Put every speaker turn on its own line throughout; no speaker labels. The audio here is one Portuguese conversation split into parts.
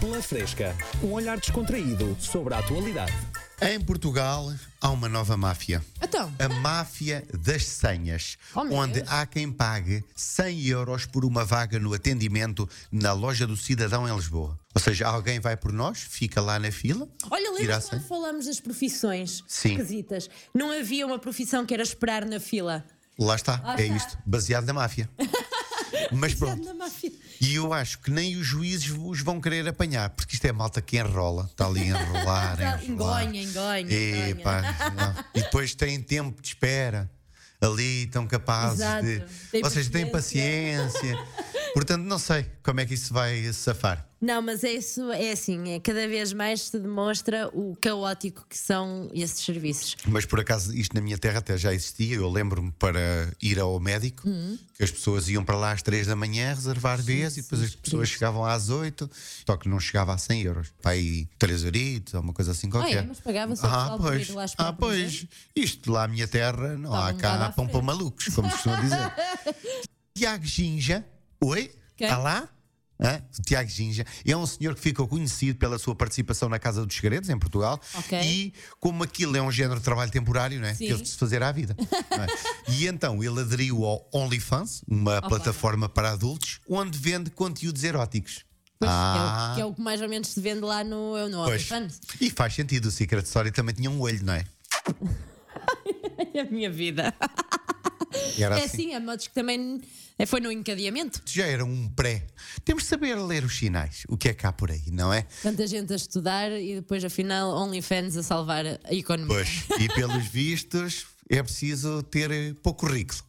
Pela Fresca, um olhar descontraído sobre a atualidade.
Em Portugal há uma nova máfia.
Então,
A máfia das senhas,
Oh, meu
onde
Deus.
há quem pague 100 euros por uma vaga no atendimento na loja do cidadão em Lisboa. Ou seja, alguém vai por nós, fica lá na fila,
olha,
tira a
lembra-se
senha.
quando falámos das profissões
Sim.
esquisitas? Não havia uma profissão que era esperar na fila.
Lá está,
Lá
é
está.
isto, baseado na máfia. Mas pronto,
Na máfia.
e eu acho que nem os juízes vos vão querer apanhar, porque isto é malta que enrola, está ali a enrolar,
Tá,
enrolar.
engonha, engonha,
Epá, não. e depois têm tempo de espera ali, estão capazes
Exato.
de.
Têm
Vocês têm paciência. Portanto, não sei como é que isso vai safar.
Não, mas é isso, é assim, é, cada vez mais se demonstra o caótico que são esses serviços.
Mas por acaso isto na minha terra até já existia. Eu lembro-me para ir ao médico
Hum.
que as pessoas iam para lá às 3 da manhã reservar vez e depois as pessoas chegavam às 8, só que não chegava a 100 euros. Pai, 3 euritos ou uma coisa assim qualquer.
mas pagava-se ao
ah,
pessoal por
pois.
ir lá esperar
ah,
por
pois. Isto lá na minha terra, não
Estava
há
um bocado
cá
à
há pão para malucos, como se costuma dizer. Tiago Ginja. Oi?
Quem?
Está lá? Hã? O Tiago Ginja é um senhor que ficou conhecido pela sua participação na Casa dos Segredos, em Portugal,
Ok.
e como aquilo é um género de trabalho temporário, não é?
Sim.
Teve de se fazer à vida. não é? E então ele aderiu ao OnlyFans, uma plataforma para adultos, onde vende conteúdos eróticos.
Pois, é o, que é o que mais ou menos se vende lá no, eu no
Ah. pois.
OnlyFans.
E faz sentido, o Secret Story também tinha um olho, não é?
É a minha vida.
Ah, Era
É assim, a modos que também é, foi no encadeamento.
Já era um pré. Temos de saber ler os sinais, o que é que há por aí, não é?
Tanta gente a estudar e depois, afinal, OnlyFans a salvar a economia.
Pois, e pelos vistos é preciso ter eh, pouco currículo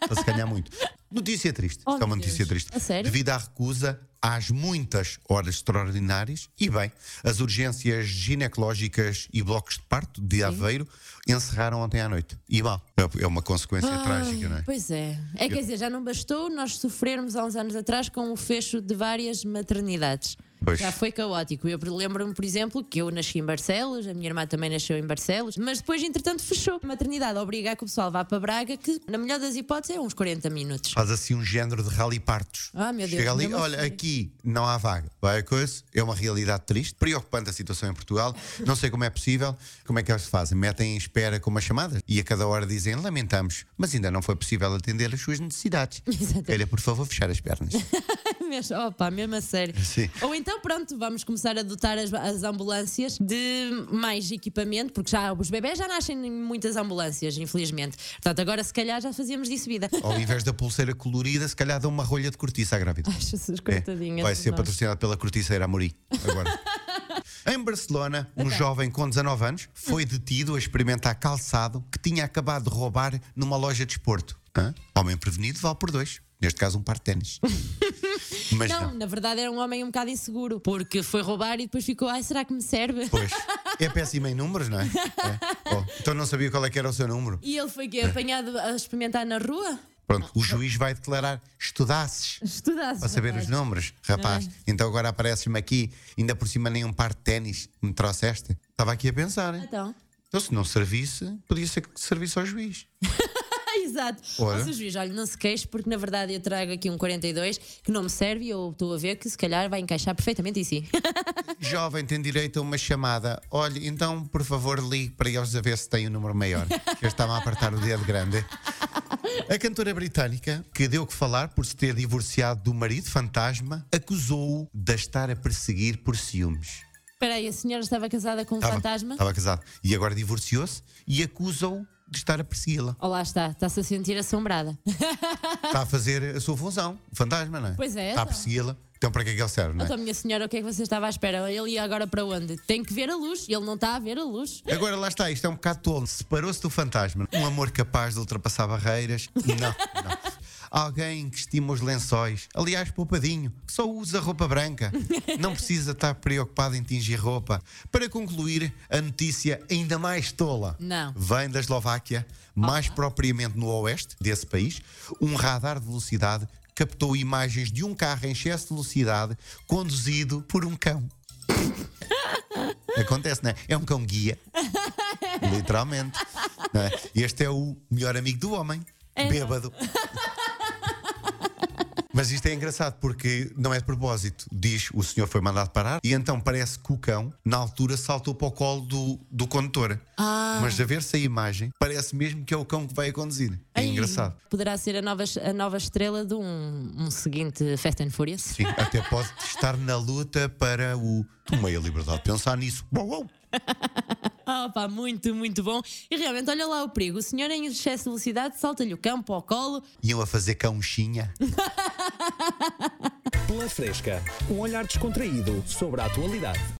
para se ganhar muito. Notícia triste.
Oh,
Isto é uma
meu
notícia
Deus.
triste.
A sério?
Devido à recusa às muitas horas extraordinárias, e bem, as urgências ginecológicas e blocos de parto de Aveiro encerraram ontem à noite. E mal. É- É uma consequência trágica, não é?
Pois é. É, quer dizer, já não bastou nós sofrermos há uns anos atrás com o fecho de várias maternidades.
Pois.
Já foi caótico. Eu lembro-me, por exemplo, que eu nasci em Barcelos, a minha irmã também nasceu em Barcelos, mas depois, entretanto, fechou a maternidade. Obrigar que o pessoal vá para Braga, que na melhor das hipóteses é uns 40 minutos.
Faz assim um género de rally partos.
Ah, meu Deus,
Chega ali,
ainda me
olha,
assustei.
aqui não há vaga. Vai a coisa, é uma realidade triste, preocupante a situação em Portugal. Não sei como é possível, como é que eles fazem? Metem em espera com uma chamada e a cada hora dizem, lamentamos, mas ainda não foi possível atender as suas necessidades.
Exatamente.
Queira, por favor, fechar as pernas.
mesmo, opa, mesmo a sério.
Sim.
Ou então, pronto, vamos começar a dotar as, as ambulâncias de mais equipamento, porque já os bebés já nascem em muitas ambulâncias, infelizmente. Portanto, agora se calhar já fazíamos disso vida.
Ao invés da pulseira colorida, se calhar dão uma rolha de cortiça à grávida.
Jesus,
É,
coitadinha.
vai
de
ser
nós.
patrocinado pela Corticeira Amorim agora. em Barcelona, um jovem com 19 anos foi detido a experimentar calçado que tinha acabado de roubar numa loja de esporto. Hã? Homem prevenido vale por dois. Neste caso, um par de ténis. Mas não.
Não, na verdade era um homem um bocado inseguro, porque foi roubar e depois ficou, ai, será que me serve?
Pois. É péssimo em números, não é? É. Oh, então não sabia qual é que era o seu número.
E ele foi quê? apanhado a experimentar na rua?
Pronto, o juiz vai declarar estudasses.
Estudasse.
Para saber os números, rapaz. Então agora apareces-me aqui, ainda por cima nem um par de ténis me trouxeste. Estava aqui a pensar, hein?
Então.
Então, se não servisse, podia ser que servisse ao juiz.
Ah, exato.
Ora.
Mas o juiz, olha, não se queixe, porque na verdade eu trago aqui um 42 que não me serve e eu estou a ver que se calhar vai encaixar perfeitamente em si.
Jovem tem direito a uma chamada. Olhe, então, por favor, ligue para eles a ver se tem um número maior. Eu estava a apertar o dedo grande. A cantora britânica, que deu que falar por se ter divorciado do marido fantasma, acusou-o de estar a perseguir por ciúmes.
Espera aí, a senhora estava casada com um
Estava-
fantasma?
Estava casado. E agora divorciou-se e acusa-o de estar a persegui-la.
Oh, lá está, está-se a sentir assombrada.
Está a fazer a sua função, o fantasma, não é?
Pois é,
Está a
então.
persegui-la. Então, para que é que ele serve, não é?
Então, minha senhora, o que é que você estava à espera? Ele ia agora para onde? Tem que ver a luz. Ele não está a ver a luz.
Agora lá está, isto é um bocado tolo. Separou-se do fantasma. Um amor capaz de ultrapassar barreiras? Não, não. Alguém que estima os lençóis. Aliás, poupadinho, que só usa roupa branca. Não precisa estar preocupado em tingir roupa. Para concluir, a notícia ainda mais tola.
Não.
Vem da Eslováquia, mais propriamente no oeste desse país, um radar de velocidade captou imagens de um carro em excesso de velocidade conduzido por um cão. Acontece, não é? É um cão guia. Literalmente. não é? Este é o melhor amigo do homem.
É, não.
Bêbado. Mas Mas isto é engraçado porque não é de propósito. Diz o senhor foi mandado parar e então parece que o cão, na altura, saltou para o colo do, do condutor.
Ah.
Mas a ver-se a imagem, parece mesmo que é o cão que vai a conduzir. É
Ai,
engraçado.
Poderá ser a nova, a nova estrela de um, um seguinte Fast and Furious.
Sim, até pode estar na luta para o. Tomei a liberdade de pensar nisso. Uau, uau.
Ah, pá, muito, muito bom. E realmente, olha lá o perigo. O senhor em excesso de velocidade salta-lhe o campo ao colo.
Iam a fazer cãochinha.
Pela Fresca, um olhar descontraído sobre a atualidade.